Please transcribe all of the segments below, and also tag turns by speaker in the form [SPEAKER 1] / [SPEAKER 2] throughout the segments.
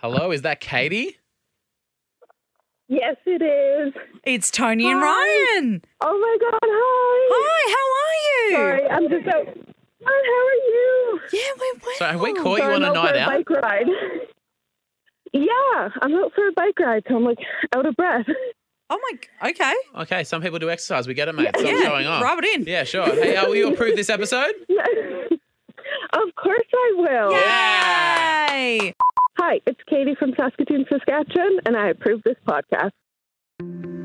[SPEAKER 1] Hello, is that Katie?
[SPEAKER 2] Yes, it is.
[SPEAKER 3] It's Tony and
[SPEAKER 2] Hi.
[SPEAKER 3] Ryan.
[SPEAKER 2] Oh my God! Hi.
[SPEAKER 3] Hi, how are you?
[SPEAKER 2] Sorry, I'm just out. Hi, how are you? Oh,
[SPEAKER 3] Yeah, we're well.
[SPEAKER 1] So have we caught you
[SPEAKER 2] Sorry,
[SPEAKER 1] on a
[SPEAKER 2] I'm out
[SPEAKER 1] night
[SPEAKER 2] for Bike
[SPEAKER 1] out?
[SPEAKER 2] ride. Yeah, I'm out for a bike ride, so I'm like out of breath.
[SPEAKER 3] Oh my. Okay.
[SPEAKER 1] Okay, some people do exercise. We get it, mate. Something's
[SPEAKER 3] yeah.
[SPEAKER 1] going on.
[SPEAKER 3] Rub it in.
[SPEAKER 1] Yeah, sure. Hey, uh, will you approve this episode?
[SPEAKER 2] of course I will.
[SPEAKER 1] Yeah.
[SPEAKER 3] Yay.
[SPEAKER 2] Hi, it's Katie from Saskatoon, Saskatchewan, and I approve this podcast.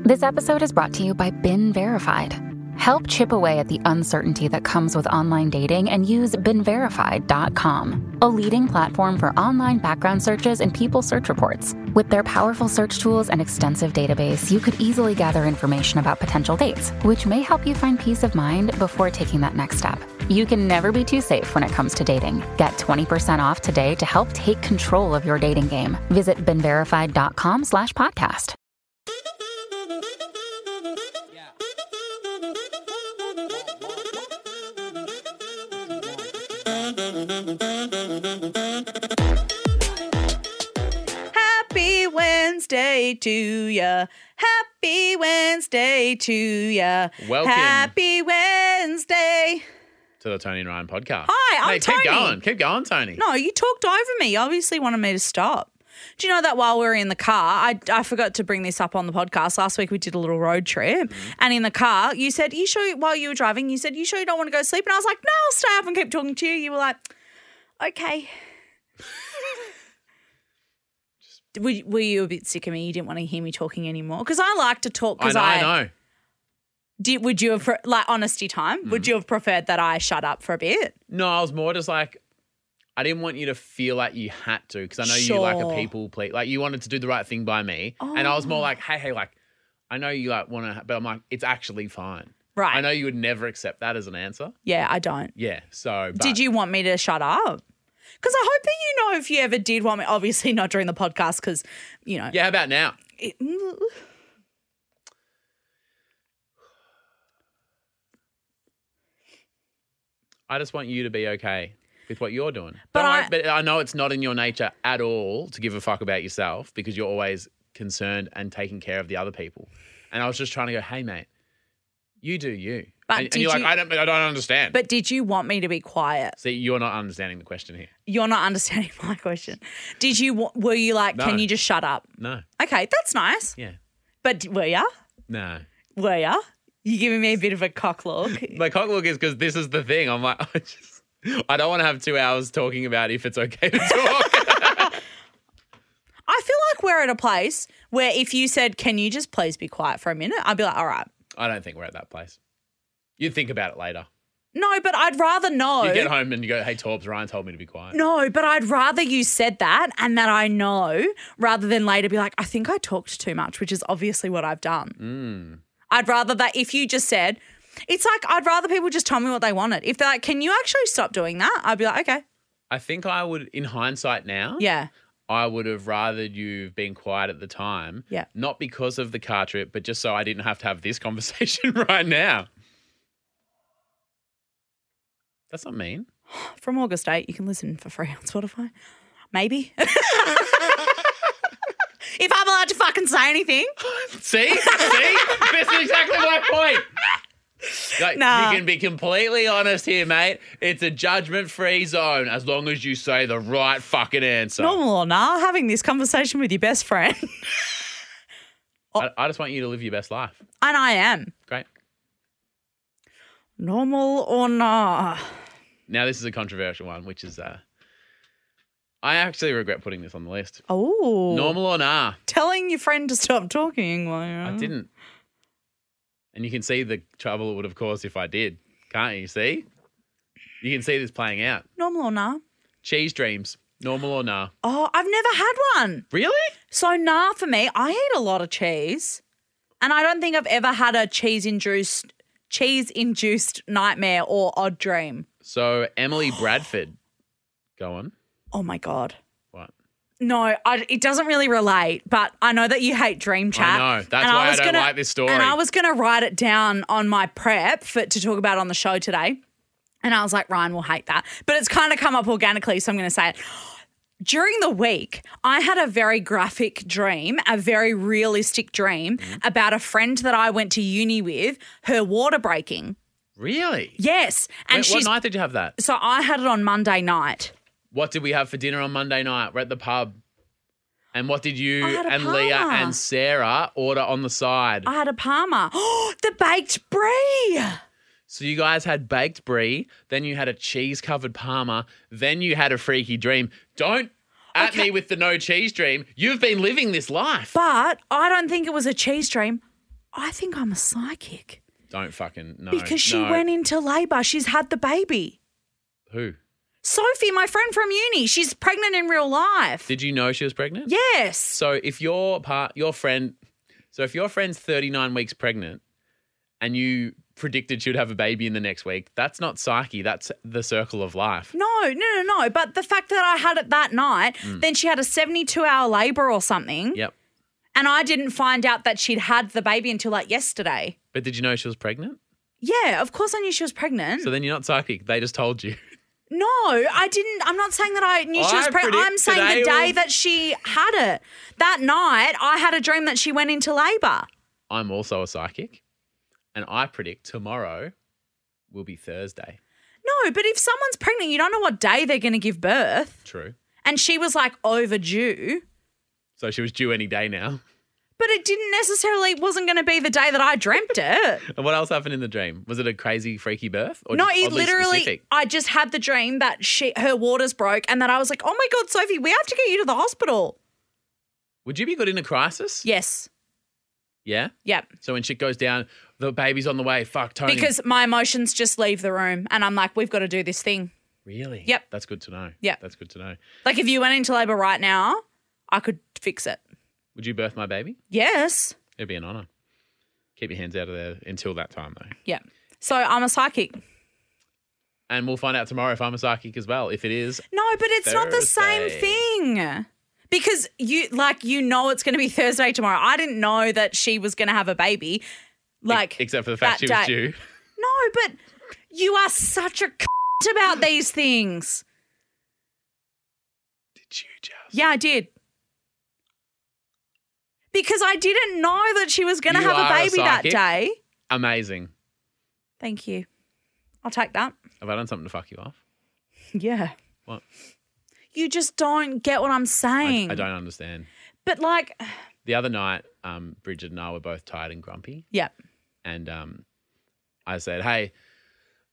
[SPEAKER 4] This episode is brought to you by Bin Verified. Help chip away at the uncertainty that comes with online dating and use binverified.com, a leading platform for online background searches and people search reports. With their powerful search tools and extensive database, you could easily gather information about potential dates, which may help you find peace of mind before taking that next step. You can never be too safe when it comes to dating. Get 20% off today to help take control of your dating game. Visit binverified.com slash podcast.
[SPEAKER 3] Happy Wednesday to ya. Happy Wednesday to ya.
[SPEAKER 1] Welcome.
[SPEAKER 3] Happy Wednesday.
[SPEAKER 1] To the Tony and Ryan podcast.
[SPEAKER 3] Hi, I'm
[SPEAKER 1] mate,
[SPEAKER 3] Tony.
[SPEAKER 1] Keep going. Keep going, Tony.
[SPEAKER 3] No, you talked over me. You obviously wanted me to stop. Do you know that while we were in the car, I, I forgot to bring this up on the podcast. Last week we did a little road trip,
[SPEAKER 1] Mm-hmm.
[SPEAKER 3] and in the car, you said, You sure, while you were driving, you said, You sure you don't want to go to sleep? And I was like, No, I'll stay up and keep talking to you. You were like, Okay. were, were you a bit sick of me? You didn't want to hear me talking anymore? Because I like to talk
[SPEAKER 1] I
[SPEAKER 3] because
[SPEAKER 1] know,
[SPEAKER 3] I,
[SPEAKER 1] I know.
[SPEAKER 3] Did, would you have, pre- like, honesty time,
[SPEAKER 1] Mm-hmm.
[SPEAKER 3] would you have preferred that I shut up for a bit?
[SPEAKER 1] No, I was more just like, I didn't want you to feel like you had to because I know you like
[SPEAKER 3] Sure.
[SPEAKER 1] a people please. Like you wanted to do the right thing by me, and I was more like, hey, hey, like I know you like want to, but I'm like, it's actually fine.
[SPEAKER 3] Right.
[SPEAKER 1] I know you would never accept that as an answer.
[SPEAKER 3] Yeah, I don't.
[SPEAKER 1] Yeah. So but-
[SPEAKER 3] Did you want me to shut up? Because I hope that you know if you ever did want me. Obviously not during the podcast, because you know.
[SPEAKER 1] Yeah. How about now?
[SPEAKER 3] it- mm.
[SPEAKER 1] I just want you to be okay with what you're doing.
[SPEAKER 3] But
[SPEAKER 1] But I,
[SPEAKER 3] I-
[SPEAKER 1] but I know it's not in your nature at all to give a fuck about yourself because you're always concerned and taking care of the other people. And I was just trying to go, hey, mate, you do you.
[SPEAKER 3] But
[SPEAKER 1] and, and
[SPEAKER 3] did
[SPEAKER 1] you're
[SPEAKER 3] you-
[SPEAKER 1] like, I don't, I don't understand.
[SPEAKER 3] But did you want me to be quiet?
[SPEAKER 1] See, you're not understanding the question here.
[SPEAKER 3] You're not understanding my question. Did you? wa- Were you like?
[SPEAKER 1] No.
[SPEAKER 3] Can you just shut up?
[SPEAKER 1] No.
[SPEAKER 3] Okay, that's nice.
[SPEAKER 1] Yeah.
[SPEAKER 3] But d- were ya?
[SPEAKER 1] No.
[SPEAKER 3] Were ya? You giving me a bit of a cock look?
[SPEAKER 1] My cock look is because this is the thing. I'm like, I just, I don't want to have two hours talking about if it's okay to talk.
[SPEAKER 3] I feel like we're at a place where if you said, "Can you just please be quiet for a minute?" I'd be like, "All right."
[SPEAKER 1] I don't think we're at that place. You think about it later.
[SPEAKER 3] No, but I'd rather know.
[SPEAKER 1] You get home and you go, hey, Torbs, Ryan told me to be quiet.
[SPEAKER 3] No, but I'd rather you said that and that I know rather than later be like, I think I talked too much, which is obviously what I've done. I'd rather that if you just said, it's like, I'd rather people just tell me what they wanted. If they're like, can you actually stop doing that? I'd be like, okay.
[SPEAKER 1] I think I would, in hindsight now,
[SPEAKER 3] Yeah.
[SPEAKER 1] I would have rather you been quiet at the time.
[SPEAKER 3] Yeah.
[SPEAKER 1] Not because of the car trip, but just so I didn't have to have this conversation right now. That's not mean.
[SPEAKER 3] From August 8, you can listen for free on Spotify. Maybe. if I'm allowed to fucking say anything.
[SPEAKER 1] See? See? this is exactly my point. Like,
[SPEAKER 3] Nah.
[SPEAKER 1] You can be completely honest here, mate. It's a judgment free zone as long as you say the right fucking answer.
[SPEAKER 3] Normal or nah, having this conversation with your best friend.
[SPEAKER 1] I, I just want you to live your best life.
[SPEAKER 3] and I am.
[SPEAKER 1] Great.
[SPEAKER 3] Normal or nah.
[SPEAKER 1] Now, this is a controversial one, which is uh, I actually regret putting this on the list.
[SPEAKER 3] Oh.
[SPEAKER 1] Normal or nah?
[SPEAKER 3] telling your friend to stop talking. uh, While you're
[SPEAKER 1] I didn't. And you can see the trouble it would have caused if I did, can't you? See? You can see this playing out.
[SPEAKER 3] Normal or nah?
[SPEAKER 1] Cheese dreams, normal or nah?
[SPEAKER 3] Oh, I've never had one.
[SPEAKER 1] Really?
[SPEAKER 3] So nah for me. I eat a lot of cheese, and I don't think I've ever had a cheese induced cheese induced nightmare or odd dream.
[SPEAKER 1] So Emily Bradford, go on.
[SPEAKER 3] Oh my god.
[SPEAKER 1] What?
[SPEAKER 3] No, I, it doesn't really relate, but I know that you hate dream chat.
[SPEAKER 1] know. That's
[SPEAKER 3] and
[SPEAKER 1] why I
[SPEAKER 3] was
[SPEAKER 1] don't
[SPEAKER 3] gonna-
[SPEAKER 1] like this story.
[SPEAKER 3] And I was going to write it down on my prep for, to talk about on the show today. And I was like, Ryan will hate that. But it's kind of come up organically, so I'm going to say it. during the week, I had a very graphic dream, a very realistic dream
[SPEAKER 1] Mm-hmm.
[SPEAKER 3] about a friend that I went to uni with, her water breaking.
[SPEAKER 1] Really?
[SPEAKER 3] Yes. And
[SPEAKER 1] Wait,
[SPEAKER 3] she's.
[SPEAKER 1] what night did you have that?
[SPEAKER 3] So I had it on Monday night.
[SPEAKER 1] What did we have for dinner on Monday night? We're at the pub. And what did you
[SPEAKER 3] I had a
[SPEAKER 1] and Leah
[SPEAKER 3] parma.
[SPEAKER 1] and Sarah order on the side?
[SPEAKER 3] I had a Palmer. Oh, the baked brie.
[SPEAKER 1] So you guys had baked brie, then you had a cheese covered parma, then you had a freaky dream. Don't at me with the no cheese dream. You've been living this life.
[SPEAKER 3] But I don't think it was a cheese dream. I think I'm a psychic
[SPEAKER 1] Don't fucking no.
[SPEAKER 3] because she
[SPEAKER 1] no.
[SPEAKER 3] went into labor. She's had the baby.
[SPEAKER 1] Who?
[SPEAKER 3] Sophie, my friend from uni, she's pregnant in real life.
[SPEAKER 1] Did you know she was pregnant?
[SPEAKER 3] yes.
[SPEAKER 1] So if your part, your friend, so if your friend's 39 weeks pregnant and you predicted she'd have a baby in the next week, that's not psyche. That's the circle of life.
[SPEAKER 3] No, no, no, no. But the fact that I had it that night, then she had a 72 hour labor or something.
[SPEAKER 1] Mm. Yep.
[SPEAKER 3] And I didn't find out that she'd had the baby until like yesterday.
[SPEAKER 1] But did you know she was pregnant?
[SPEAKER 3] Yeah, of course I knew she was pregnant.
[SPEAKER 1] So then you're not psychic. They just told you.
[SPEAKER 3] no, I didn't. I'm not saying that I knew she
[SPEAKER 1] I
[SPEAKER 3] was pregnant.
[SPEAKER 1] predict
[SPEAKER 3] I'm saying the
[SPEAKER 1] today
[SPEAKER 3] day
[SPEAKER 1] was-
[SPEAKER 3] that she had it. That night, I had a dream that she went into labor.
[SPEAKER 1] I'm also a psychic, and I predict tomorrow will be Thursday.
[SPEAKER 3] No, but if someone's pregnant, you don't know what day they're going to give birth.
[SPEAKER 1] True.
[SPEAKER 3] And she was like overdue,
[SPEAKER 1] So she was due any day now.
[SPEAKER 3] but it didn't necessarily wasn't going to be the day that I dreamt it.
[SPEAKER 1] And what else happened in the dream? Was it a crazy, freaky birth? Or
[SPEAKER 3] no,
[SPEAKER 1] just
[SPEAKER 3] it
[SPEAKER 1] oddly
[SPEAKER 3] e- literally.
[SPEAKER 1] specific?
[SPEAKER 3] I just had the dream that she her waters broke, and that I was like, "Oh my god, Sophie, we have to get you to the hospital."
[SPEAKER 1] Would you be good in a crisis?
[SPEAKER 3] Yes.
[SPEAKER 1] Yeah.
[SPEAKER 3] Yep.
[SPEAKER 1] So when shit goes down, the baby's on the way. Fuck Tony.
[SPEAKER 3] Because my emotions just leave the room, and I'm like, "We've got to do this thing."
[SPEAKER 1] really,
[SPEAKER 3] Yep.
[SPEAKER 1] that's good to know.
[SPEAKER 3] Yep.
[SPEAKER 1] that's good to know.
[SPEAKER 3] Like if you went into labor right now, I could fix it.
[SPEAKER 1] Would you birth my baby?
[SPEAKER 3] Yes.
[SPEAKER 1] It'd be an honor. Keep your hands out of there until that time, though.
[SPEAKER 3] Yep. So I'm a psychic.
[SPEAKER 1] And we'll find out tomorrow if I'm a psychic as well. If it is,
[SPEAKER 3] No, but it's not the same
[SPEAKER 1] Thursday.
[SPEAKER 3] thing. Because you like you know it's going to be Thursday tomorrow. I didn't know that she was going to have a baby. Like
[SPEAKER 1] except for the fact she
[SPEAKER 3] that
[SPEAKER 1] was
[SPEAKER 3] day.
[SPEAKER 1] due.
[SPEAKER 3] No, but you are such a c- about these things.
[SPEAKER 1] Did you just?
[SPEAKER 3] Yeah, I did. Because I didn't know that she was going to
[SPEAKER 1] You
[SPEAKER 3] have
[SPEAKER 1] are a
[SPEAKER 3] a baby that
[SPEAKER 1] psychic.
[SPEAKER 3] day.
[SPEAKER 1] Amazing.
[SPEAKER 3] Thank you. I'll take that.
[SPEAKER 1] Have I done something to fuck you off?
[SPEAKER 3] Yeah.
[SPEAKER 1] What?
[SPEAKER 3] You just don't get what I'm
[SPEAKER 1] I,
[SPEAKER 3] saying.
[SPEAKER 1] I don't understand.
[SPEAKER 3] But like,
[SPEAKER 1] The other night, um, Bridget and I were both tired and grumpy,
[SPEAKER 3] yeah.
[SPEAKER 1] and um, I said, "Hey,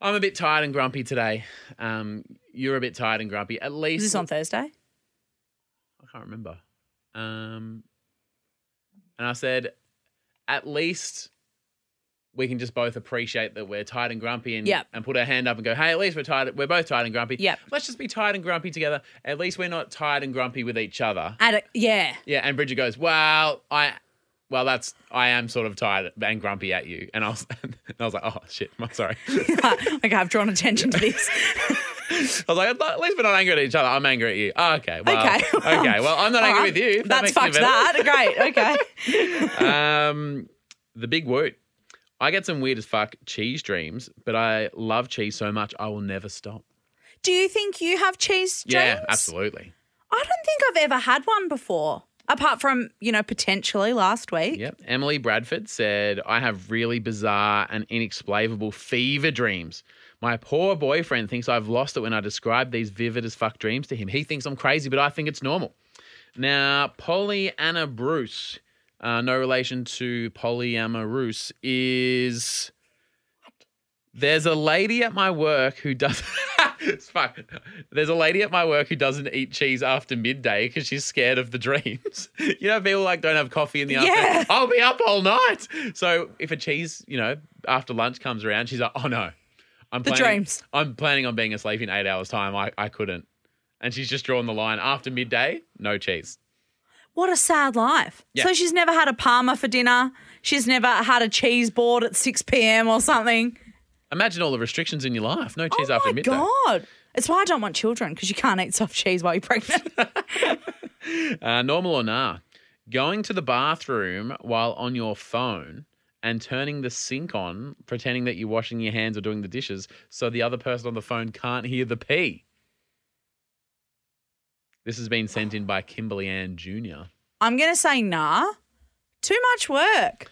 [SPEAKER 1] I'm a bit tired and grumpy today. Um, you're a bit tired and grumpy. At least
[SPEAKER 3] Is this on Thursday?
[SPEAKER 1] I can't remember. Um, and I said, at least we can just both appreciate that we're tired and grumpy and,
[SPEAKER 3] Yep.
[SPEAKER 1] and put our hand up and go, hey, at least we're tired. We're both tired and grumpy.
[SPEAKER 3] Yep.
[SPEAKER 1] Let's just be tired and grumpy together. At least we're not tired and grumpy with each other.
[SPEAKER 3] At a, yeah.
[SPEAKER 1] Yeah. And Bridget goes, well, I. Well, that's I am sort of tired and grumpy at you, and I was and I was like, oh shit, I'm sorry. I
[SPEAKER 3] okay, I've drawn attention to this.
[SPEAKER 1] was like, at least we're not angry at each other. I'm angry at you. Oh, okay, well,
[SPEAKER 3] Okay, well,
[SPEAKER 1] okay. Well, I'm not angry with you. if that
[SPEAKER 3] That's
[SPEAKER 1] makes you
[SPEAKER 3] fucked
[SPEAKER 1] better.
[SPEAKER 3] that. Great. Okay.
[SPEAKER 1] Um, the big woot. I get some weird as fuck cheese dreams, but I love cheese so much I will never stop.
[SPEAKER 3] Do you think you have cheese dreams?
[SPEAKER 1] Yeah, absolutely.
[SPEAKER 3] I don't think I've ever had one before, apart from, you know, potentially last week.
[SPEAKER 1] Yep. Emily Bradford said, I have really bizarre and inexplainable fever dreams. My poor boyfriend thinks I've lost it when I describe these vivid as fuck dreams to him. He thinks I'm crazy, but I think it's normal. Now, Pollyanna Bruce, uh, no relation to Polyamorous, is. There's a lady at my work who does. it's fuck. There's a lady at my work who doesn't eat cheese after midday because she's scared of the dreams. you know, people like don't have coffee in the
[SPEAKER 3] Yeah.
[SPEAKER 1] afternoon. I'll be up all night. So if a cheese, you know, after lunch comes around, she's like, oh no, I'm
[SPEAKER 3] The
[SPEAKER 1] planning,
[SPEAKER 3] dreams.
[SPEAKER 1] I'm planning on being asleep in eight hours' time. I, I couldn't. And she's just drawn the line after midday, no cheese.
[SPEAKER 3] What a sad life.
[SPEAKER 1] Yeah.
[SPEAKER 3] So she's never had a parma for dinner. She's never had a cheese board at 6 p.m. or something.
[SPEAKER 1] Imagine all the restrictions in your life. No cheese
[SPEAKER 3] oh
[SPEAKER 1] after
[SPEAKER 3] my
[SPEAKER 1] midday.
[SPEAKER 3] God. It's why I don't want children because you can't eat soft cheese while you're pregnant.
[SPEAKER 1] Uh, normal or nah? Going to the bathroom while on your phone and turning the sink on, pretending that you're washing your hands or doing the dishes, so the other person on the phone can't hear the pee. This has been sent in by Kimberly Ann Jr.
[SPEAKER 3] I'm going to say nah. Too much work.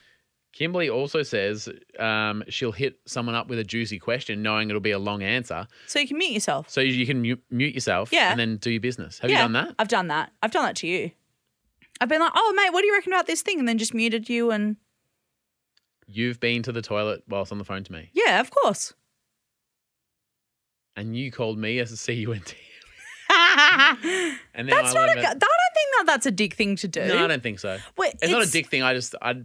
[SPEAKER 1] Kimberly also says um, she'll hit someone up with a juicy question, knowing it'll be a long answer,
[SPEAKER 3] So you can mute yourself.
[SPEAKER 1] so you can mute, mute yourself
[SPEAKER 3] Yeah.
[SPEAKER 1] and then do your business. Have
[SPEAKER 3] yeah,
[SPEAKER 1] you done that?
[SPEAKER 3] I've done that. I've done that to you. I've been like, oh, mate, what do you reckon about this thing? And then just muted you and,
[SPEAKER 1] You've been to the toilet whilst on the phone to me,
[SPEAKER 3] yeah, of course.
[SPEAKER 1] and you called me as a CUNT.
[SPEAKER 3] that's
[SPEAKER 1] And then I
[SPEAKER 3] not a,
[SPEAKER 1] learned
[SPEAKER 3] I don't think that that's a dick thing to do.
[SPEAKER 1] that- No, I don't think so.
[SPEAKER 3] Wait,
[SPEAKER 1] It's, not a dick thing. I just, I.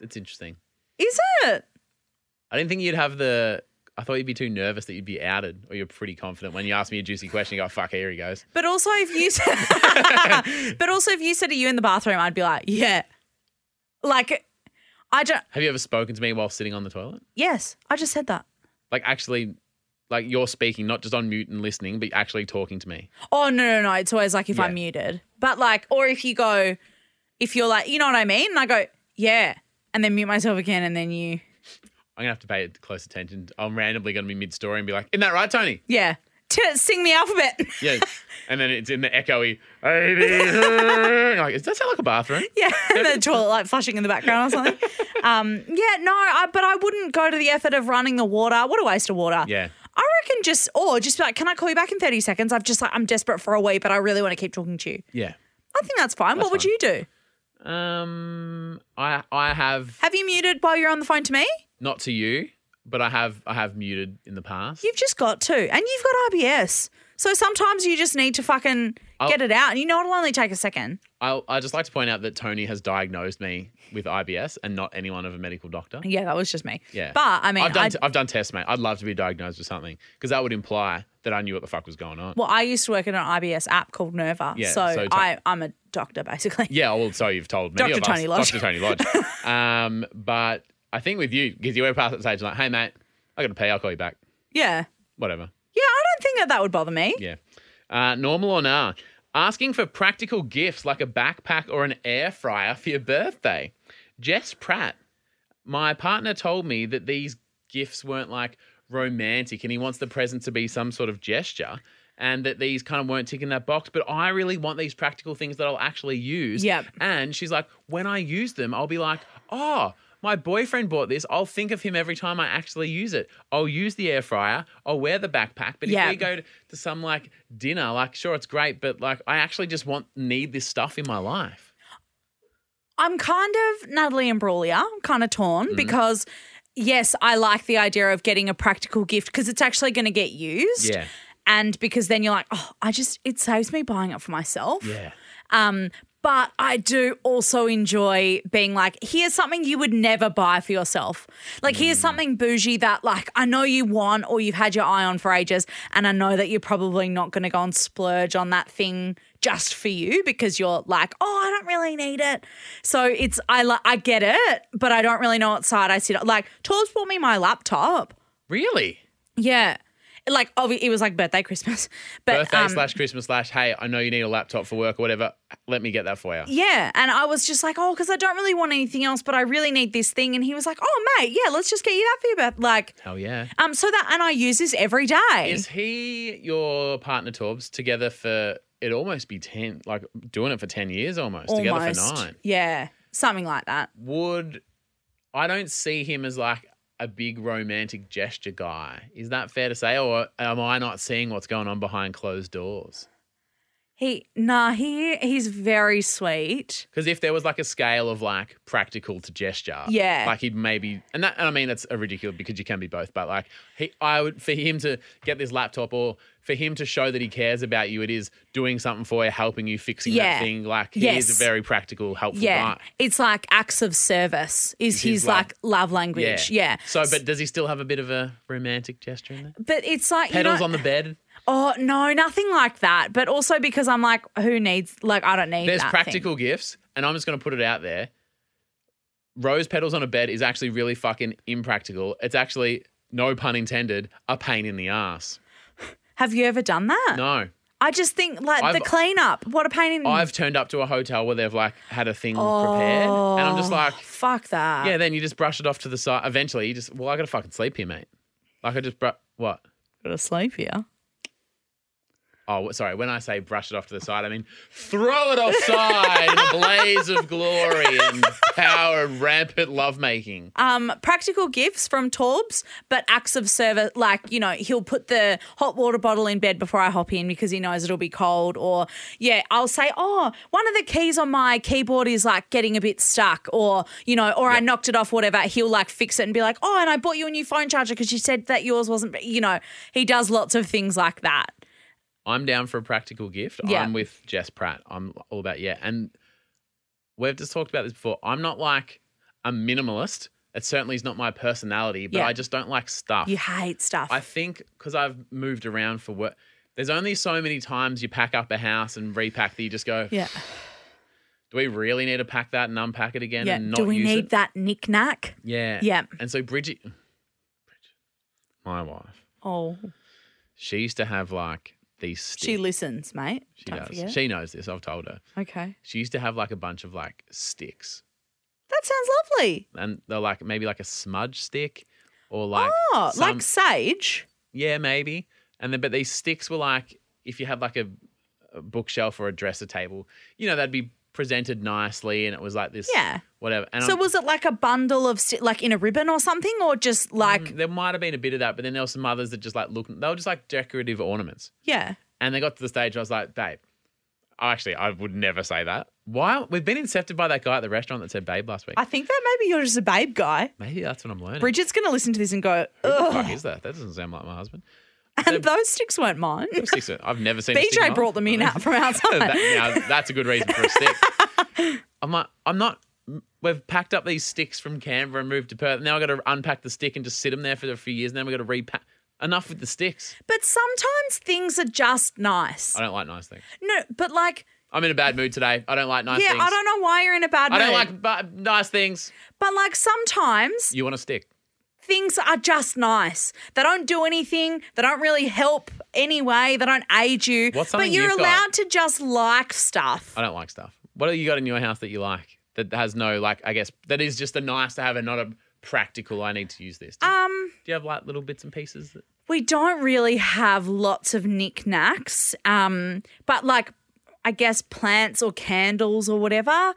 [SPEAKER 1] It's interesting.
[SPEAKER 3] Is it?
[SPEAKER 1] I didn't think you'd have the. I thought you'd be too nervous that you'd be outed, or you're pretty confident when you ask me a juicy question. You go, "Fuck, here he goes."
[SPEAKER 3] But also, if you said, but also if you said to you in the bathroom, I'd be like, yeah, like I don't.
[SPEAKER 1] Have you ever spoken to me while sitting on the toilet?
[SPEAKER 3] Yes, I just said that.
[SPEAKER 1] Like actually, like you're speaking, not just on mute and listening, but actually talking to me.
[SPEAKER 3] Oh no, no, no! It's always like if
[SPEAKER 1] Yeah.
[SPEAKER 3] I'm muted, but like, or if you go, if you're like, you know what I mean, and I go, yeah, and then mute myself again, and then you,
[SPEAKER 1] I'm gonna have to pay close attention. I'm randomly gonna be mid-story and be like, "Isn't that right, Tony?"
[SPEAKER 3] yeah, T- sing the alphabet.
[SPEAKER 1] Yeah. and then it's in the echoey. "You're like, does that sound like a bathroom?
[SPEAKER 3] Yeah, and the toilet like flushing in the background or something. Um, yeah, no, I, but I wouldn't go to the effort of running the water. What a waste of water.
[SPEAKER 1] Yeah.
[SPEAKER 3] I reckon just or just be like, can I call you back in thirty seconds? I've just like I'm desperate for a wee, but I really want to keep talking to you.
[SPEAKER 1] Yeah.
[SPEAKER 3] I think that's fine. what would
[SPEAKER 1] fine.
[SPEAKER 3] you do?
[SPEAKER 1] Um, I I have
[SPEAKER 3] Have you muted while you're on the phone to me?
[SPEAKER 1] not to you, but I have I have muted in the past.
[SPEAKER 3] You've just got to, and you've got IBS. So sometimes you just need to fucking
[SPEAKER 1] I'll-
[SPEAKER 3] get it out, and you know it'll only take a second.
[SPEAKER 1] I I just like to point out that Tony has diagnosed me with IBS and not anyone of a medical doctor.
[SPEAKER 3] Yeah, that was just me.
[SPEAKER 1] Yeah.
[SPEAKER 3] but I mean,
[SPEAKER 1] I've done
[SPEAKER 3] I-
[SPEAKER 1] t- I've done tests, mate. I'd love to be diagnosed with something because that would imply that I knew what the fuck was going on.
[SPEAKER 3] well, I used to work at an IBS app called Nerva,
[SPEAKER 1] Yeah,
[SPEAKER 3] so,
[SPEAKER 1] so to-
[SPEAKER 3] I, I'm a doctor basically.
[SPEAKER 1] Yeah, well, so you've told many
[SPEAKER 3] Dr.
[SPEAKER 1] of
[SPEAKER 3] Tony
[SPEAKER 1] us,
[SPEAKER 3] Lodge.
[SPEAKER 1] Dr. Tony Lodge. um, but I think with you, because you went past that stage, like, hey, mate, I got to pee. I'll call you back.
[SPEAKER 3] yeah.
[SPEAKER 1] Whatever.
[SPEAKER 3] Yeah, I don't think that that would bother me.
[SPEAKER 1] Yeah. Uh, normal or nah? Asking for practical gifts like a backpack or an air fryer for your birthday. Jess Pratt, my partner told me that these gifts weren't like romantic and he wants the present to be some sort of gesture and that these kind of weren't ticking that box. But I really want these practical things that I'll actually use.
[SPEAKER 3] Yep.
[SPEAKER 1] And she's like, when I use them, I'll be like, oh, my boyfriend bought this. I'll think of him every time I actually use it. I'll use the air fryer. I'll wear the backpack. But
[SPEAKER 3] Yeah.
[SPEAKER 1] if we go to, to some like dinner, like sure it's great, but like I actually just want need this stuff in my life.
[SPEAKER 3] I'm kind of Natalie Imbruglia. I'm kind of torn
[SPEAKER 1] Mm-hmm.
[SPEAKER 3] because, yes, I like the idea of getting a practical gift because it's actually going to get used.
[SPEAKER 1] Yeah.
[SPEAKER 3] And because then you're like, oh, I just, it saves me buying it for myself.
[SPEAKER 1] Yeah.
[SPEAKER 3] Um, but I do also enjoy being like, here's something you would never buy for yourself. Like, here's something bougie that, like, I know you want or you've had your eye on for ages. And I know that you're probably not going to go and splurge on that thing just for you because you're like, oh, I don't really need it. So it's, I, li- I get it, but I don't really know what side I sit on. Like, Torb's bought me my laptop.
[SPEAKER 1] Really?
[SPEAKER 3] Yeah. Like, obvi- it was like birthday Christmas. But,
[SPEAKER 1] Birthday
[SPEAKER 3] um,
[SPEAKER 1] slash Christmas slash, hey, I know you need a laptop for work or whatever. Let me get that for you.
[SPEAKER 3] Yeah. And I was just like, oh, because I don't really want anything else, but I really need this thing. And he was like, oh, mate, yeah, let's just get you that for your birth. Like,
[SPEAKER 1] Hell yeah.
[SPEAKER 3] um, so that, and I use this every day.
[SPEAKER 1] Is he your partner, Torbs, together for it almost be 10, like doing it for 10 years almost, together for nine?
[SPEAKER 3] Yeah. Something like that.
[SPEAKER 1] Would, I don't see him as like a big romantic gesture guy. Is that fair to say? Or am I not seeing what's going on behind closed doors?
[SPEAKER 3] He, nah, he, he's very sweet.
[SPEAKER 1] Because if there was like a scale of like practical to gesture,
[SPEAKER 3] Yeah.
[SPEAKER 1] like he'd maybe, and that, and I mean that's a ridiculous because you can be both, but like he, I would for him to get this laptop or for him to show that he cares about you, it is doing something for you, helping you, fixing
[SPEAKER 3] Yeah.
[SPEAKER 1] that thing. Like he is
[SPEAKER 3] Yes.
[SPEAKER 1] a very practical, helpful
[SPEAKER 3] Yeah.
[SPEAKER 1] guy.
[SPEAKER 3] It's like acts of service is his,
[SPEAKER 1] his love-
[SPEAKER 3] like love language. Yeah.
[SPEAKER 1] So, but does he still have a bit of a romantic gesture in there?
[SPEAKER 3] but it's like, you know,
[SPEAKER 1] Pedals on the bed.
[SPEAKER 3] oh, no, nothing like that. But also because I'm like, who needs, like, I don't need
[SPEAKER 1] There's
[SPEAKER 3] that thing.
[SPEAKER 1] practical gifts, and I'm just going to put it out there. Rose petals on a bed is actually really fucking impractical. It's actually, no pun intended, a pain in the ass.
[SPEAKER 3] Have you ever done that?
[SPEAKER 1] No.
[SPEAKER 3] I just think like the
[SPEAKER 1] I've-
[SPEAKER 3] cleanup. What a pain in
[SPEAKER 1] I've turned up to a hotel where they've like had a thing prepared, and I'm just like,
[SPEAKER 3] Oh, fuck that.
[SPEAKER 1] yeah. Then you just brush it off to the side. Eventually, you just, well, I gotta fucking sleep here, mate. Like I just, bru- what?
[SPEAKER 3] Gotta sleep here.
[SPEAKER 1] Oh, sorry. When I say brush it off to the side, I mean throw it offside in a blaze of glory and power and rampant lovemaking.
[SPEAKER 3] um, practical gifts from Torbs, but acts of service. Like, you know, he'll put the hot water bottle in bed before I hop in because he knows it'll be cold. Or, yeah, I'll say, oh, one of the keys on my keyboard is like getting a bit stuck, or, you know, or I knocked it off, whatever. He'll like fix it and be like, oh, and I bought you a new phone charger because you said that yours wasn't, you know, he does lots of things like that.
[SPEAKER 1] I'm down for a practical gift.
[SPEAKER 3] Yeah.
[SPEAKER 1] I'm with Jess Pratt. I'm all about yeah. And we've just talked about this before. I'm not like a minimalist. It certainly is not my personality, but
[SPEAKER 3] Yeah.
[SPEAKER 1] I just don't like stuff.
[SPEAKER 3] You hate stuff.
[SPEAKER 1] I think because I've moved around for work. There's only so many times you pack up a house and repack that you just go,
[SPEAKER 3] yeah.
[SPEAKER 1] do we really need to pack that and unpack it again
[SPEAKER 3] Yeah.
[SPEAKER 1] and not
[SPEAKER 3] Do we
[SPEAKER 1] use
[SPEAKER 3] need
[SPEAKER 1] it?
[SPEAKER 3] that knickknack?
[SPEAKER 1] Yeah.
[SPEAKER 3] Yeah.
[SPEAKER 1] And so Bridget, mm, Bridget, my wife,
[SPEAKER 3] Oh,
[SPEAKER 1] she used to have like these sticks.
[SPEAKER 3] she listens, mate.
[SPEAKER 1] She
[SPEAKER 3] Don't
[SPEAKER 1] does.
[SPEAKER 3] forget.
[SPEAKER 1] She knows this. I've told her.
[SPEAKER 3] okay.
[SPEAKER 1] She used to have like a bunch of like sticks,
[SPEAKER 3] That sounds lovely.
[SPEAKER 1] and they're like maybe like a smudge stick, or like
[SPEAKER 3] oh,
[SPEAKER 1] some-
[SPEAKER 3] like sage.
[SPEAKER 1] yeah, maybe. And then but these sticks were like if you had like a, a bookshelf or a dresser table, you know, that'd be presented nicely, and it was like this,
[SPEAKER 3] Yeah.
[SPEAKER 1] whatever. And
[SPEAKER 3] so
[SPEAKER 1] I'm-
[SPEAKER 3] was it like a bundle of sti- like in a ribbon or something, or just like
[SPEAKER 1] mm, there might have been a bit of that, but then there were some others that just like looked. They were just like decorative ornaments.
[SPEAKER 3] yeah?
[SPEAKER 1] And they got to the stage where I was like, babe, I actually, I would never say that. Why? We've been incepted by that guy at the restaurant that said babe last week.
[SPEAKER 3] I think that maybe you're just a babe guy.
[SPEAKER 1] Maybe that's what I'm learning.
[SPEAKER 3] Bridget's gonna listen to this and go,
[SPEAKER 1] Who the
[SPEAKER 3] Ugh.
[SPEAKER 1] fuck is that? That doesn't sound like my husband.
[SPEAKER 3] and those sticks weren't mine.
[SPEAKER 1] Sticks are- I've never seen a stick in
[SPEAKER 3] BJ
[SPEAKER 1] my
[SPEAKER 3] brought them in
[SPEAKER 1] life.
[SPEAKER 3] out from
[SPEAKER 1] that,
[SPEAKER 3] outside.
[SPEAKER 1] now, that's a good reason for a stick. I'm like, I'm not. We've packed up these sticks from Canberra and moved to Perth. Now I got to unpack the stick and just sit them there for a few years. And then we got to repack. Enough with the sticks.
[SPEAKER 3] But sometimes things are just nice.
[SPEAKER 1] I don't like nice things.
[SPEAKER 3] No, but like,
[SPEAKER 1] I'm in a bad mood today. I don't like nice
[SPEAKER 3] yeah,
[SPEAKER 1] things.
[SPEAKER 3] I don't know why you're in a bad
[SPEAKER 1] I
[SPEAKER 3] mood.
[SPEAKER 1] don't like ba- nice things.
[SPEAKER 3] but like sometimes
[SPEAKER 1] You want a stick?
[SPEAKER 3] things are just nice. They don't do anything. They don't really help anyway. They don't aid you.
[SPEAKER 1] What's
[SPEAKER 3] but
[SPEAKER 1] something
[SPEAKER 3] you're
[SPEAKER 1] you've got? Uh,
[SPEAKER 3] allowed to just like stuff.
[SPEAKER 1] I don't like stuff. What have you got in your house that you like that has no like? I guess that is just a nice to have and not a practical. I need to use this. Do,
[SPEAKER 3] Um,
[SPEAKER 1] do you have like little bits and pieces? That,
[SPEAKER 3] we don't really have lots of knickknacks, um, but like I guess plants or candles or whatever,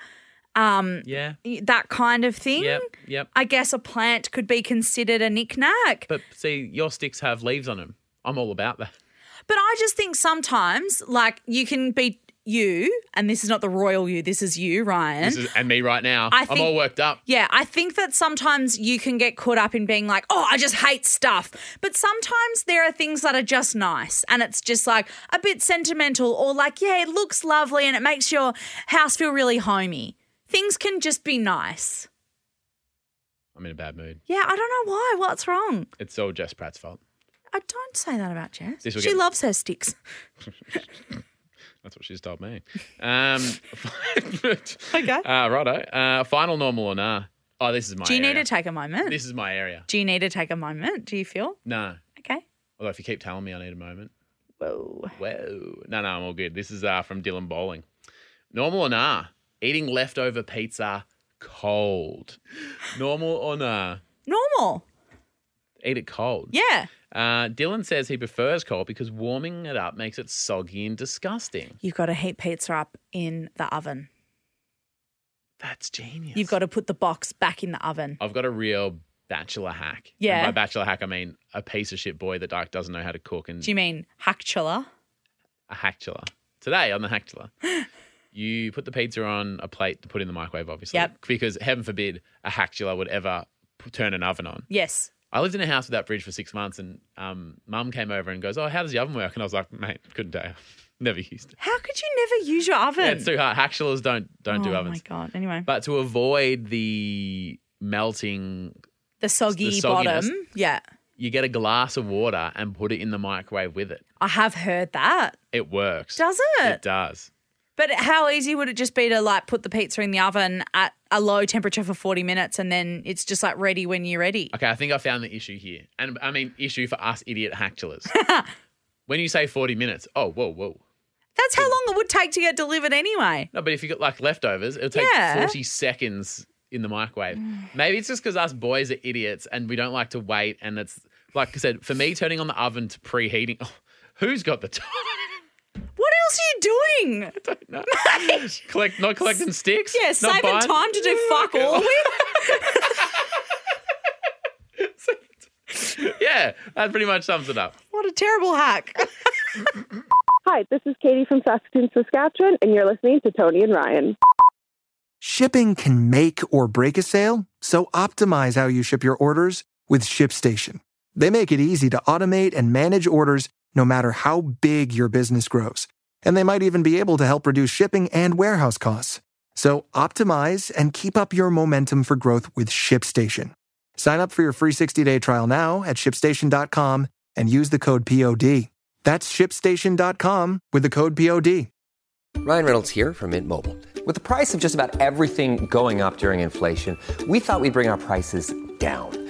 [SPEAKER 3] um,
[SPEAKER 1] yeah.
[SPEAKER 3] y- that kind of thing.
[SPEAKER 1] Yep. Yep.
[SPEAKER 3] I guess a plant could be considered a knickknack.
[SPEAKER 1] But see, your sticks have leaves on them. I'm all about that.
[SPEAKER 3] But I just think sometimes, like, you can be you, and this is not the royal you, this is you, Ryan.
[SPEAKER 1] This is, and me right now.
[SPEAKER 3] I
[SPEAKER 1] I'm
[SPEAKER 3] think-
[SPEAKER 1] all worked up.
[SPEAKER 3] Yeah, I think that sometimes you can get caught up in being like, oh, I just hate stuff. But sometimes there are things that are just nice and it's just like a bit sentimental or like, yeah, it looks lovely and it makes your house feel really homey. Things can just be nice.
[SPEAKER 1] I'm in a bad mood.
[SPEAKER 3] Yeah, I don't know why. What's wrong?
[SPEAKER 1] It's all Jess Pratt's fault.
[SPEAKER 3] I don't say that about Jess.
[SPEAKER 1] This will
[SPEAKER 3] She
[SPEAKER 1] get-
[SPEAKER 3] loves her sticks.
[SPEAKER 1] That's what she's told me. Um,
[SPEAKER 3] Okay.
[SPEAKER 1] Uh, righto. Uh, final normal or nah? Oh, this is my.
[SPEAKER 3] Do you need
[SPEAKER 1] area.
[SPEAKER 3] to take a moment?
[SPEAKER 1] This is my area.
[SPEAKER 3] Do you need to take a moment? Do you feel?
[SPEAKER 1] Nah.
[SPEAKER 3] Okay.
[SPEAKER 1] Although if you keep telling me, I need a moment.
[SPEAKER 3] Whoa.
[SPEAKER 1] Whoa. No, no, I'm all good. This is uh, from Dylan Bowling. Normal or nah? Eating leftover pizza cold. Normal or nah?
[SPEAKER 3] Normal.
[SPEAKER 1] Eat it cold.
[SPEAKER 3] Yeah.
[SPEAKER 1] Uh, Dylan says he prefers cold because warming it up makes it soggy and disgusting.
[SPEAKER 3] You've got to heat pizza up in the oven.
[SPEAKER 1] That's genius.
[SPEAKER 3] You've got to put the box back in the oven.
[SPEAKER 1] I've got a real bachelor hack.
[SPEAKER 3] Yeah.
[SPEAKER 1] And by bachelor hack, I mean a piece of shit boy that like, doesn't know how to cook and
[SPEAKER 3] Do you mean hackchilla?
[SPEAKER 1] a hackchiller. Today on the hackchiller, you put the pizza on a plate to put in the microwave, obviously.
[SPEAKER 3] Yep.
[SPEAKER 1] Because heaven forbid a hackchiller would ever p- turn an oven on.
[SPEAKER 3] Yes.
[SPEAKER 1] I lived in a house without fridge for six months, and um, mum came over and goes, "Oh, how does the oven work?" And I was like, "Mate, couldn't tell. you. Never used it.
[SPEAKER 3] How could you never use your oven?
[SPEAKER 1] Yeah, it's too hard. Hackchillers don't don't do
[SPEAKER 3] oh
[SPEAKER 1] ovens.
[SPEAKER 3] my god. Anyway,
[SPEAKER 1] But to avoid the melting,
[SPEAKER 3] the soggy
[SPEAKER 1] the sogginess.
[SPEAKER 3] bottom. Yeah,
[SPEAKER 1] you get a glass of water and put it in the microwave with it.
[SPEAKER 3] I have heard that.
[SPEAKER 1] It works.
[SPEAKER 3] Does it?
[SPEAKER 1] It does.
[SPEAKER 3] But how easy would it just be to like put the pizza in the oven at a low temperature for forty minutes, and then it's just like ready when you're ready?
[SPEAKER 1] Okay, I think I found the issue here, and I mean issue for us idiot hackchillers. when you say forty minutes, oh, whoa, whoa.
[SPEAKER 3] That's how long it would take to get delivered anyway.
[SPEAKER 1] No, but if you got like leftovers, it'll take
[SPEAKER 3] Yeah.
[SPEAKER 1] 40 seconds in the microwave. Maybe it's just because us boys are idiots and we don't like to wait. And it's like I said, for me, turning on the oven to preheating, who's got the time?
[SPEAKER 3] else are you doing?
[SPEAKER 1] No. Collect, not collecting sticks.
[SPEAKER 3] Yeah,
[SPEAKER 1] Not
[SPEAKER 3] saving
[SPEAKER 1] buying?
[SPEAKER 3] time to do fuck all with.
[SPEAKER 1] Yeah, that pretty much sums it up.
[SPEAKER 3] What a terrible hack.
[SPEAKER 2] Hi, this is Katie from Saskatoon, Saskatchewan, and you're listening to Tony and Ryan.
[SPEAKER 5] Shipping can make or break a sale, so optimize how you ship your orders with ShipStation. They make it easy to automate and manage orders no matter how big your business grows. And they might even be able to help reduce shipping and warehouse costs. So optimize and keep up your momentum for growth with ShipStation. Sign up for your free 60 day trial now at shipstation.com and use the code POD. That's shipstation.com with the code POD.
[SPEAKER 6] Ryan Reynolds here from Mint Mobile. With the price of just about everything going up during inflation, we thought we'd bring our prices down.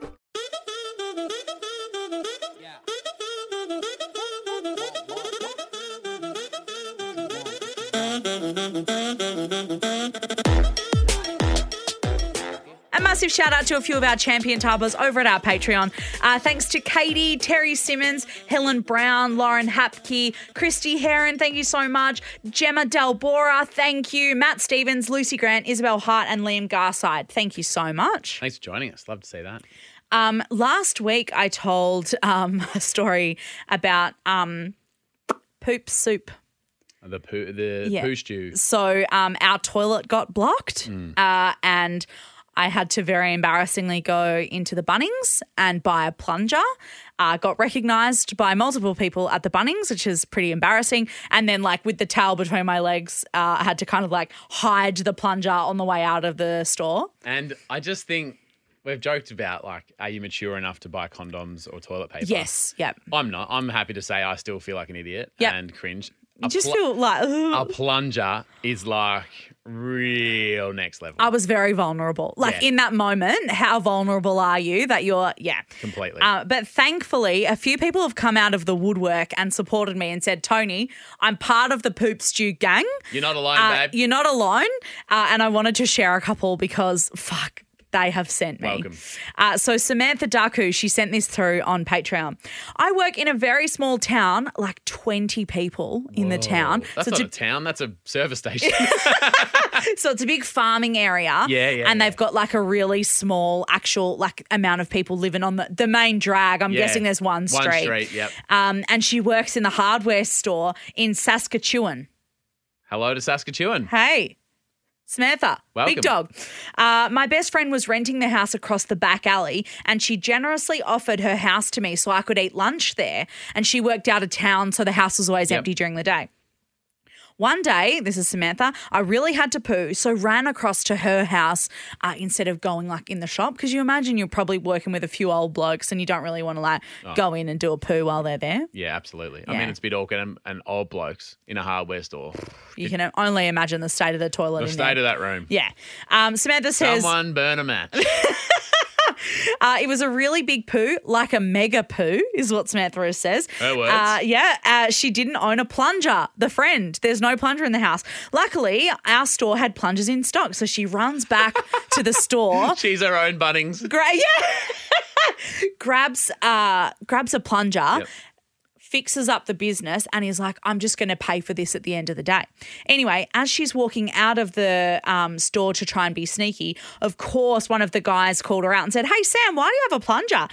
[SPEAKER 3] A massive shout out to a few of our champion tabas over at our Patreon. Uh, thanks to Katie, Terry Simmons, Helen Brown, Lauren Hapke, Christy Heron, thank you so much. Gemma Dalbora, thank you. Matt Stevens, Lucy Grant, Isabel Hart, and Liam Garside, thank you so much.
[SPEAKER 1] Thanks for joining us. Love to see that.
[SPEAKER 3] Um, last week, I told um, a story about um, poop soup.
[SPEAKER 1] The poo, the
[SPEAKER 3] Yeah.
[SPEAKER 1] poo stew.
[SPEAKER 3] So um, our toilet got blocked, uh, and I had to very embarrassingly go into the Bunnings and buy a plunger. Uh, got recognised by multiple people at the Bunnings, which is pretty embarrassing. And then, like with the towel between my legs, uh, I had to kind of like hide the plunger on the way out of the store.
[SPEAKER 1] And I just think we've joked about like, are you mature enough to buy condoms or toilet paper?
[SPEAKER 3] Yes, yep.
[SPEAKER 1] I'm not. I'm happy to say I still feel like an idiot
[SPEAKER 3] Yeah.
[SPEAKER 1] and cringe.
[SPEAKER 3] You just
[SPEAKER 1] plu-
[SPEAKER 3] feel like "Ugh."
[SPEAKER 1] a plunger is like real next level.
[SPEAKER 3] I was very vulnerable. Like
[SPEAKER 1] Yeah.
[SPEAKER 3] in that moment, how vulnerable are you that you're, yeah.
[SPEAKER 1] Completely.
[SPEAKER 3] Uh, but thankfully, a few people have come out of the woodwork and supported me and said, Tony, I'm part of the Poop Stew gang.
[SPEAKER 1] You're not alone,
[SPEAKER 3] Uh,
[SPEAKER 1] babe.
[SPEAKER 3] you're not alone. Uh, and I wanted to share a couple because fuck. They have sent me.
[SPEAKER 1] Welcome.
[SPEAKER 3] Uh, so, Samantha Daku, she sent this through on Patreon. I work in a very small town, like 20 people in the town.
[SPEAKER 1] That's
[SPEAKER 3] so,
[SPEAKER 1] not
[SPEAKER 3] it's a-
[SPEAKER 1] a town. That's a service station.
[SPEAKER 3] so it's a big farming area.
[SPEAKER 1] Yeah, yeah,
[SPEAKER 3] And
[SPEAKER 1] yeah.
[SPEAKER 3] they've got like a really small actual like amount of people living on the, the main drag. I'm
[SPEAKER 1] Yeah.
[SPEAKER 3] guessing there's one street.
[SPEAKER 1] One street. Yep.
[SPEAKER 3] Um, and she works in the hardware store in Saskatchewan.
[SPEAKER 1] Hello to Saskatchewan.
[SPEAKER 3] Hey. Samantha,
[SPEAKER 1] Welcome.
[SPEAKER 3] big dog. Uh, my best friend was renting the house across the back alley, and she generously offered her house to me so I could eat lunch there. And she worked out of town, so the house was always
[SPEAKER 1] Yep.
[SPEAKER 3] empty during the day. One day, this is Samantha, I really had to poo, so ran across to her house uh, instead of going like in the shop. Because you imagine you're probably working with a few old blokes and you don't really want to like
[SPEAKER 1] Oh.
[SPEAKER 3] go in and do a poo while they're there.
[SPEAKER 1] Yeah, absolutely. I
[SPEAKER 3] Yeah.
[SPEAKER 1] mean, it's a bit awkward and, and old blokes in a hardware store.
[SPEAKER 3] You can only imagine the state of the toilet
[SPEAKER 1] The
[SPEAKER 3] in
[SPEAKER 1] state
[SPEAKER 3] there.
[SPEAKER 1] of that room.
[SPEAKER 3] yeah. Um, Samantha says.
[SPEAKER 1] Someone burn a match.
[SPEAKER 3] Uh, it was a really big poo, like a mega poo, is what Samantha Rose says.
[SPEAKER 1] Her words.
[SPEAKER 3] Uh, yeah, uh, she didn't own a plunger, the friend. There's no plunger in the house. Luckily, our store had plungers in stock, so she runs back to the store.
[SPEAKER 1] She's her own Bunnings.
[SPEAKER 3] Gra- yeah. grabs uh grabs a plunger
[SPEAKER 1] Yep.
[SPEAKER 3] fixes up the business and is like, I'm just going to pay for this at the end of the day. Anyway, as she's walking out of the um, store to try and be sneaky, of course, one of the guys called her out and said, Hey, Sam, why do you have a plunger?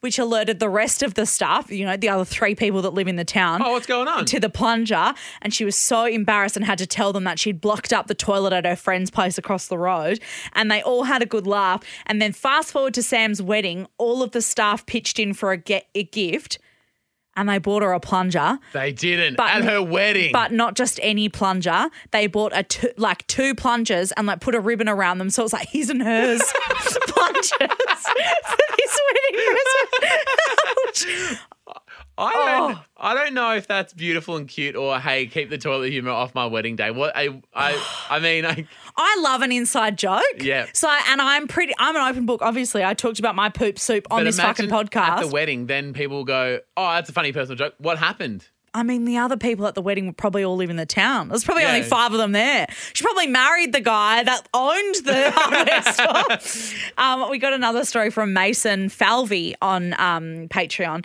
[SPEAKER 3] Which alerted the rest of the staff, you know, the other three people that live in the town.
[SPEAKER 1] Oh, what's going on?
[SPEAKER 3] To the plunger, and she was so embarrassed and had to tell them that she'd blocked up the toilet at her friend's place across the road. And they all had a good laugh. And then, fast forward to Sam's wedding, all of the staff pitched in for a, ge- a gift and they bought her a plunger,
[SPEAKER 1] They didn't.
[SPEAKER 3] But-
[SPEAKER 1] At her wedding.
[SPEAKER 3] but not just any plunger. They bought a two, like two plungers and like put a ribbon around them, so it's like his and hers plungers for this wedding present. Ouch.
[SPEAKER 1] I don't,
[SPEAKER 3] Oh.
[SPEAKER 1] I don't know if that's beautiful and cute or hey, keep the toilet humor off my wedding day. What I, I, I mean, I,
[SPEAKER 3] I love an inside joke.
[SPEAKER 1] Yeah.
[SPEAKER 3] So and I'm pretty. I'm an open book. Obviously, I talked about my poop soup on
[SPEAKER 1] but
[SPEAKER 3] this fucking
[SPEAKER 1] imagine
[SPEAKER 3] podcast.
[SPEAKER 1] at the wedding, then people go, oh, that's a funny personal joke. What happened?
[SPEAKER 3] I mean, the other people at the wedding were probably all live in the town. There's probably only
[SPEAKER 1] Yeah.
[SPEAKER 3] five of them there. She probably married the guy that owned the hardware store. Um, we got another story from Mason Falvey on um, Patreon.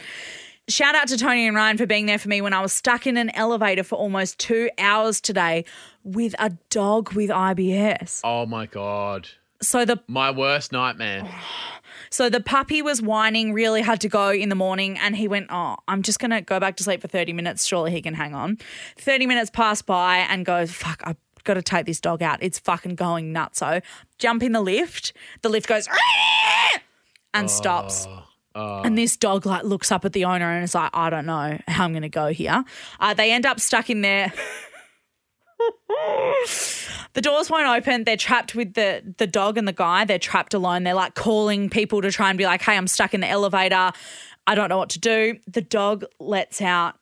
[SPEAKER 3] Shout out to Tony and Ryan for being there for me when I was stuck in an elevator for almost two hours today with a dog with IBS.
[SPEAKER 1] Oh my god,
[SPEAKER 3] So the
[SPEAKER 1] my worst nightmare.
[SPEAKER 3] So the puppy was whining really had to go in the morning, and he went, Oh, I'm just going to go back to sleep for 30 minutes. Surely he can hang on. 30 minutes pass by and goes, Fuck, I've got to take this dog out. It's fucking going nuts. So jump in the lift. The lift goes, "Aah!" and stops. And this dog like looks up at the owner and is like, I don't know how I'm going to go here. Uh, they end up stuck in there. the doors won't open. They're trapped with the the dog and the guy. They're trapped alone. They're like calling people to try and be like, "Hey, I'm stuck in the elevator. I don't know what to do." The dog lets out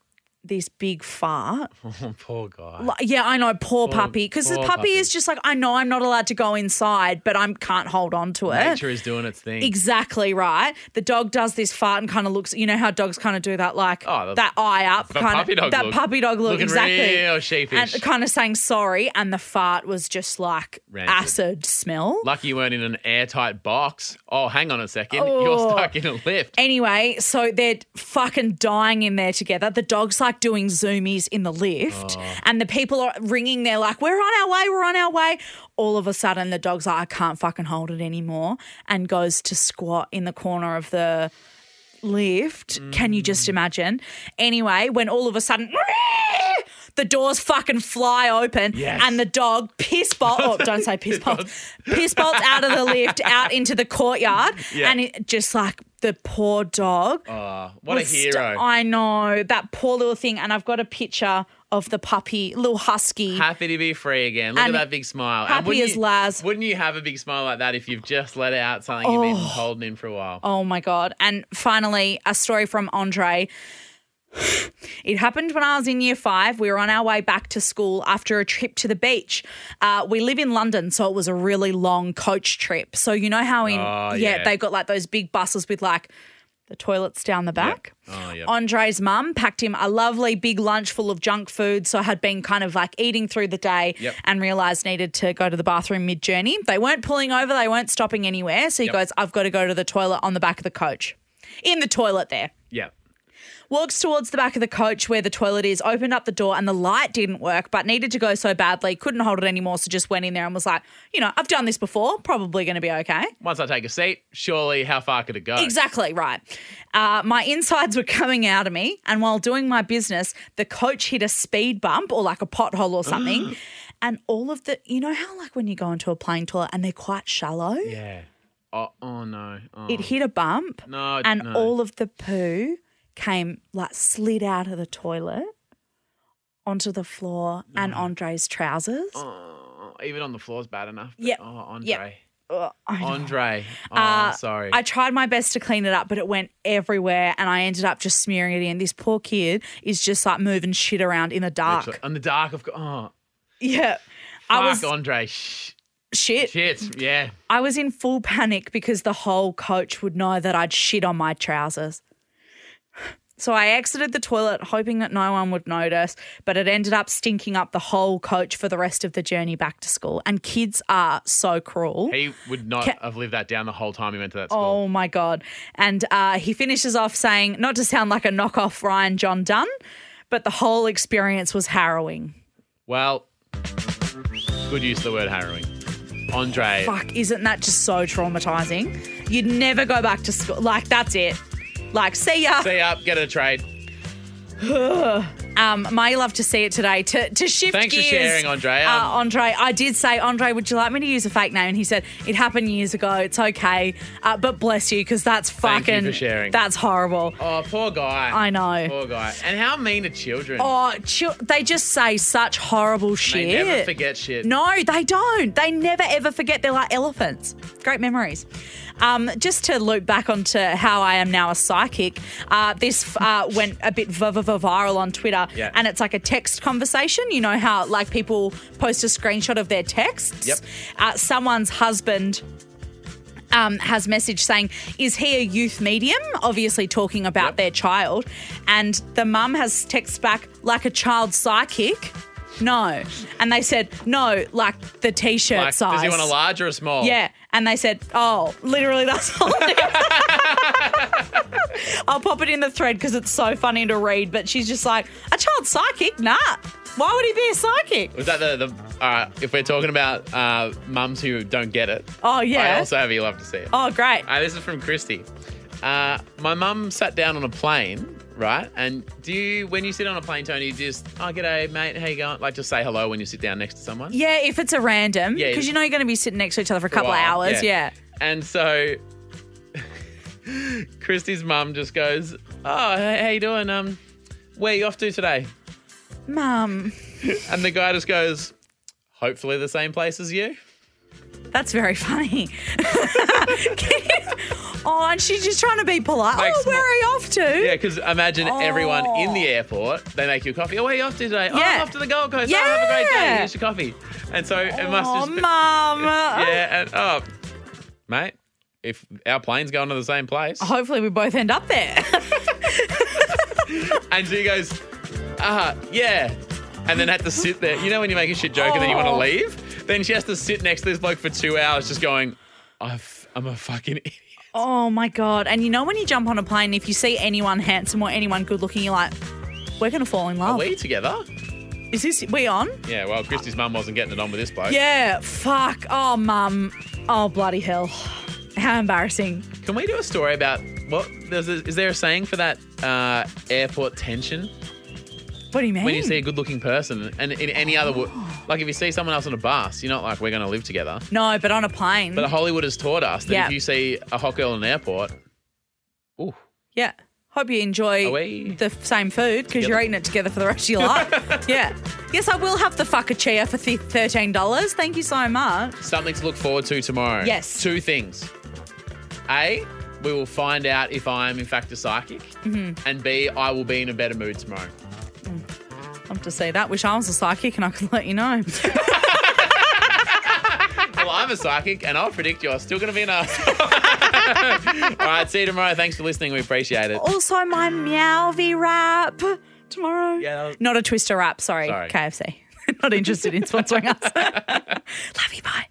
[SPEAKER 3] this big fart.
[SPEAKER 1] Oh, poor guy.
[SPEAKER 3] Like, yeah, I know, poor, puppy. Because the
[SPEAKER 1] poor
[SPEAKER 3] puppy,
[SPEAKER 1] puppy.
[SPEAKER 3] is just like, I know I'm not allowed to go inside, but I can't hold on to it.
[SPEAKER 1] Nature is doing its thing.
[SPEAKER 3] Exactly right. The dog does this fart and kind of looks. You know how dogs kind of do that, like
[SPEAKER 1] Oh, the-
[SPEAKER 3] that eye up,
[SPEAKER 1] the
[SPEAKER 3] kind
[SPEAKER 1] puppy
[SPEAKER 3] of
[SPEAKER 1] dog
[SPEAKER 3] that
[SPEAKER 1] look.
[SPEAKER 3] puppy dog look,
[SPEAKER 1] Looking
[SPEAKER 3] exactly,
[SPEAKER 1] real sheepish.
[SPEAKER 3] and kind of saying sorry. And the fart was just like
[SPEAKER 1] Rancid.
[SPEAKER 3] acid smell.
[SPEAKER 1] Lucky you weren't in an airtight box. Oh, hang on a second. You're
[SPEAKER 3] Oh.
[SPEAKER 1] stuck in a lift.
[SPEAKER 3] Anyway, so they're fucking dying in there together. The dog's like doing zoomies in the lift,
[SPEAKER 1] Oh.
[SPEAKER 3] and the people are ringing. They're like, "We're on our way. We're on our way." All of a sudden, the dog's like, "I can't fucking hold it anymore," and goes to squat in the corner of the lift. Can you
[SPEAKER 1] Mm.
[SPEAKER 3] just imagine? Anyway, when all of a sudden. The doors fucking fly open
[SPEAKER 1] Yes.
[SPEAKER 3] and the dog piss bolt. Oh, don't say piss bolt. Piss bolts out of the lift, out into the courtyard,
[SPEAKER 1] Yeah.
[SPEAKER 3] and it just like the poor dog.
[SPEAKER 1] Oh, what a
[SPEAKER 3] was st-
[SPEAKER 1] hero.
[SPEAKER 3] I know that poor little thing, and I've got a picture of the puppy, little husky.
[SPEAKER 1] Happy to be free again. Look at
[SPEAKER 3] And
[SPEAKER 1] that big smile. And
[SPEAKER 3] happy
[SPEAKER 1] wouldn't
[SPEAKER 3] as
[SPEAKER 1] you-
[SPEAKER 3] Laz.
[SPEAKER 1] Wouldn't you have a big smile like that if you've just let out something you've been holding in for a while?
[SPEAKER 3] Oh my God. And finally, a story from Andre. It happened when I was in year five. We were on our way back to school after a trip to the beach. Uh, we live in London, so it was a really long coach trip. So, you know how in,
[SPEAKER 1] Oh,
[SPEAKER 3] yeah,
[SPEAKER 1] yeah.
[SPEAKER 3] they got like those big buses with like the toilets down the back.
[SPEAKER 1] Oh, yeah.
[SPEAKER 3] Andre's mum packed him a lovely big lunch full of junk food. So I had been kind of like eating through the day
[SPEAKER 1] Yep.
[SPEAKER 3] and realized needed to go to the bathroom mid journey. They weren't pulling over, they weren't stopping anywhere. So he goes, I've got to go to the toilet on the back of the coach. In the toilet there.
[SPEAKER 1] yeah.
[SPEAKER 3] Walks towards the back of the coach where the toilet is, opened up the door, and the light didn't work, but needed to go so badly, couldn't hold it anymore. So just went in there and was like, you know, I've done this before, probably going to be okay.
[SPEAKER 1] Once I take a seat, surely how far could it go?
[SPEAKER 3] Exactly right. Uh, my insides were coming out of me, and while doing my business, the coach hit a speed bump or like a pothole or something. And all of the, you know how like when you go into a plane toilet and they're quite shallow,
[SPEAKER 1] Yeah. Oh, oh no. Oh.
[SPEAKER 3] it hit a bump,
[SPEAKER 1] No,
[SPEAKER 3] and
[SPEAKER 1] no.
[SPEAKER 3] all of the poo came like slid out of the toilet onto the floor and Andre's trousers.
[SPEAKER 1] Oh, even on the floor's bad enough. but-
[SPEAKER 3] Yep.
[SPEAKER 1] Oh,
[SPEAKER 3] Yep.
[SPEAKER 1] Andre.
[SPEAKER 3] Ugh, I know.
[SPEAKER 1] Andre. Oh,
[SPEAKER 3] Uh,
[SPEAKER 1] sorry.
[SPEAKER 3] I tried my best to clean it up, but it went everywhere, and I ended up just smearing it in. This poor kid is just like moving shit around in the dark.
[SPEAKER 1] Literally- On the dark, of course. Oh,
[SPEAKER 3] Yeah,
[SPEAKER 1] fuck,
[SPEAKER 3] I was
[SPEAKER 1] Andre. Shh.
[SPEAKER 3] shit.
[SPEAKER 1] Shit. Yeah.
[SPEAKER 3] I was in full panic because the whole coach would know that I'd shit on my trousers. So I exited the toilet, hoping that no one would notice, but it ended up stinking up the whole coach for the rest of the journey back to school. And kids are so cruel.
[SPEAKER 1] He would not
[SPEAKER 3] Ca-
[SPEAKER 1] have lived that down the whole time he went to that school.
[SPEAKER 3] Oh my God. And uh, he finishes off saying, not to sound like a knockoff Ryan John Dunn, but the whole experience was harrowing.
[SPEAKER 1] Well, good use of the word harrowing. Andre,
[SPEAKER 3] Fuck, isn't that just so traumatizing? You'd never go back to school. Like, that's it. Like, see ya.
[SPEAKER 1] stay up, get a trade.
[SPEAKER 3] Um, my love to see it today. To, to shift
[SPEAKER 1] Thanks for
[SPEAKER 3] gears,
[SPEAKER 1] sharing, Andre. Um,
[SPEAKER 3] uh, Andre, I did say, Andre, would you like me to use a fake name? And he said, it happened years ago. It's okay. Uh, but bless you, because that's fucking.
[SPEAKER 1] Thank you for sharing.
[SPEAKER 3] That's horrible.
[SPEAKER 1] Oh, poor guy.
[SPEAKER 3] I know.
[SPEAKER 1] Poor guy. And how mean to children.
[SPEAKER 3] Oh, chil- they just say such horrible
[SPEAKER 1] they
[SPEAKER 3] shit.
[SPEAKER 1] never forget shit.
[SPEAKER 3] No, they don't. They never ever forget. They're like elephants. Great memories. Um, just to loop back onto how I am now a psychic, uh, this uh, went a bit v- v- v- viral on Twitter,
[SPEAKER 1] Yeah.
[SPEAKER 3] and it's like a text conversation. You know how like people post a screenshot of their texts.
[SPEAKER 1] Yep.
[SPEAKER 3] Uh, someone's husband um, has message saying, "Is he a youth medium?" Obviously talking about
[SPEAKER 1] Yep.
[SPEAKER 3] their child, and the mum has text back like a child psychic. No, and they said no, like the t-shirt
[SPEAKER 1] Like,
[SPEAKER 3] size.
[SPEAKER 1] does he want a large or a small?
[SPEAKER 3] Yeah, and they said, "Oh, literally, that's all." I'll pop it in the thread because it's so funny to read. But she's just like, "A child psychic? Nah. Why would he be a psychic?"
[SPEAKER 1] Was that the, the all right, if we're talking about uh, mums who don't get it,
[SPEAKER 3] Oh
[SPEAKER 1] I
[SPEAKER 3] yeah.
[SPEAKER 1] also have you love to see it.
[SPEAKER 3] oh great.
[SPEAKER 1] Uh, this is from Christy. Uh, my mum sat down on a plane, right? And do you, when you sit on a plane, Tony, you just, oh, g'day, mate, how you going? Like, just say hello when you sit down next to someone.
[SPEAKER 3] Yeah, if it's a random,
[SPEAKER 1] Yeah,
[SPEAKER 3] because you know you're going to be sitting next to each other for a couple of
[SPEAKER 1] while.
[SPEAKER 3] hours. Yeah.
[SPEAKER 1] And so Christy's mum just goes, oh, hey, how you doing? Um, where you off to today?
[SPEAKER 3] Mum,
[SPEAKER 1] And the guy just goes, hopefully the same place as you.
[SPEAKER 3] that's very funny. oh, and she's just trying to be polite.
[SPEAKER 1] Like
[SPEAKER 3] oh,
[SPEAKER 1] small-
[SPEAKER 3] where are you off to?
[SPEAKER 1] Yeah, because imagine everyone in the airport, they make you a coffee. Oh, where are you off to today? Oh, I'm
[SPEAKER 3] Oh. Yeah.
[SPEAKER 1] off to the Gold Coast. Oh, have a great day.
[SPEAKER 3] Yeah.
[SPEAKER 1] Here's your coffee. And so it must
[SPEAKER 3] Oh,
[SPEAKER 1] just be-
[SPEAKER 3] mum.
[SPEAKER 1] Yeah, and oh, mate, if our plane's going to the same place.
[SPEAKER 3] Hopefully, we both end up there.
[SPEAKER 1] And she goes, uh, yeah. And then had to sit there. You know when you make a shit joke and then you want to
[SPEAKER 3] Oh.
[SPEAKER 1] leave? Then she has to sit next to this bloke for two hours just going, I've, I'm a fucking idiot.
[SPEAKER 3] oh my god! And you know when you jump on a plane, if you see anyone handsome or anyone good looking, you're like, we're going to fall in
[SPEAKER 1] Are
[SPEAKER 3] love.
[SPEAKER 1] we together?
[SPEAKER 3] Is this we on?
[SPEAKER 1] Yeah, well, Christy's mum wasn't getting it on with this bloke.
[SPEAKER 3] Yeah. Fuck. Oh, mum. Oh, bloody hell. How embarrassing.
[SPEAKER 1] Can we do a story about what? There's a, is there a saying for that uh, airport tension?
[SPEAKER 3] What do you mean?
[SPEAKER 1] When you see a good looking person, and in any other, wo- like if you see someone else on a bus, you're not like, we're going to live together.
[SPEAKER 3] no, but on a plane.
[SPEAKER 1] But Hollywood has taught us that
[SPEAKER 3] Mm-hmm. Yeah.
[SPEAKER 1] if you see a hot girl in an airport, ooh,
[SPEAKER 3] Yeah. Hope you enjoy
[SPEAKER 1] Are we
[SPEAKER 3] the f- same food because you're
[SPEAKER 1] together?
[SPEAKER 3] eating it together for the rest of your life. yeah. Yes, I will have the fucker chia for th- $13. Thank you so much.
[SPEAKER 1] something to look forward to tomorrow.
[SPEAKER 3] Yes.
[SPEAKER 1] Two things. A, we will find out if I'm in fact a psychic, and B, I will be in a better mood tomorrow.
[SPEAKER 3] Love to see that. Wish I was a psychic and I could let you know.
[SPEAKER 1] well, I'm a psychic, and I'll predict you're still going to be an asshole. All right, see you tomorrow. Thanks for listening. We appreciate it.
[SPEAKER 3] also, my Meowvy wrap tomorrow.
[SPEAKER 1] Yeah, that was-
[SPEAKER 3] Not a twister wrap, sorry,
[SPEAKER 1] Sorry.
[SPEAKER 3] KFC. Not interested in sponsoring us. Love you, bye.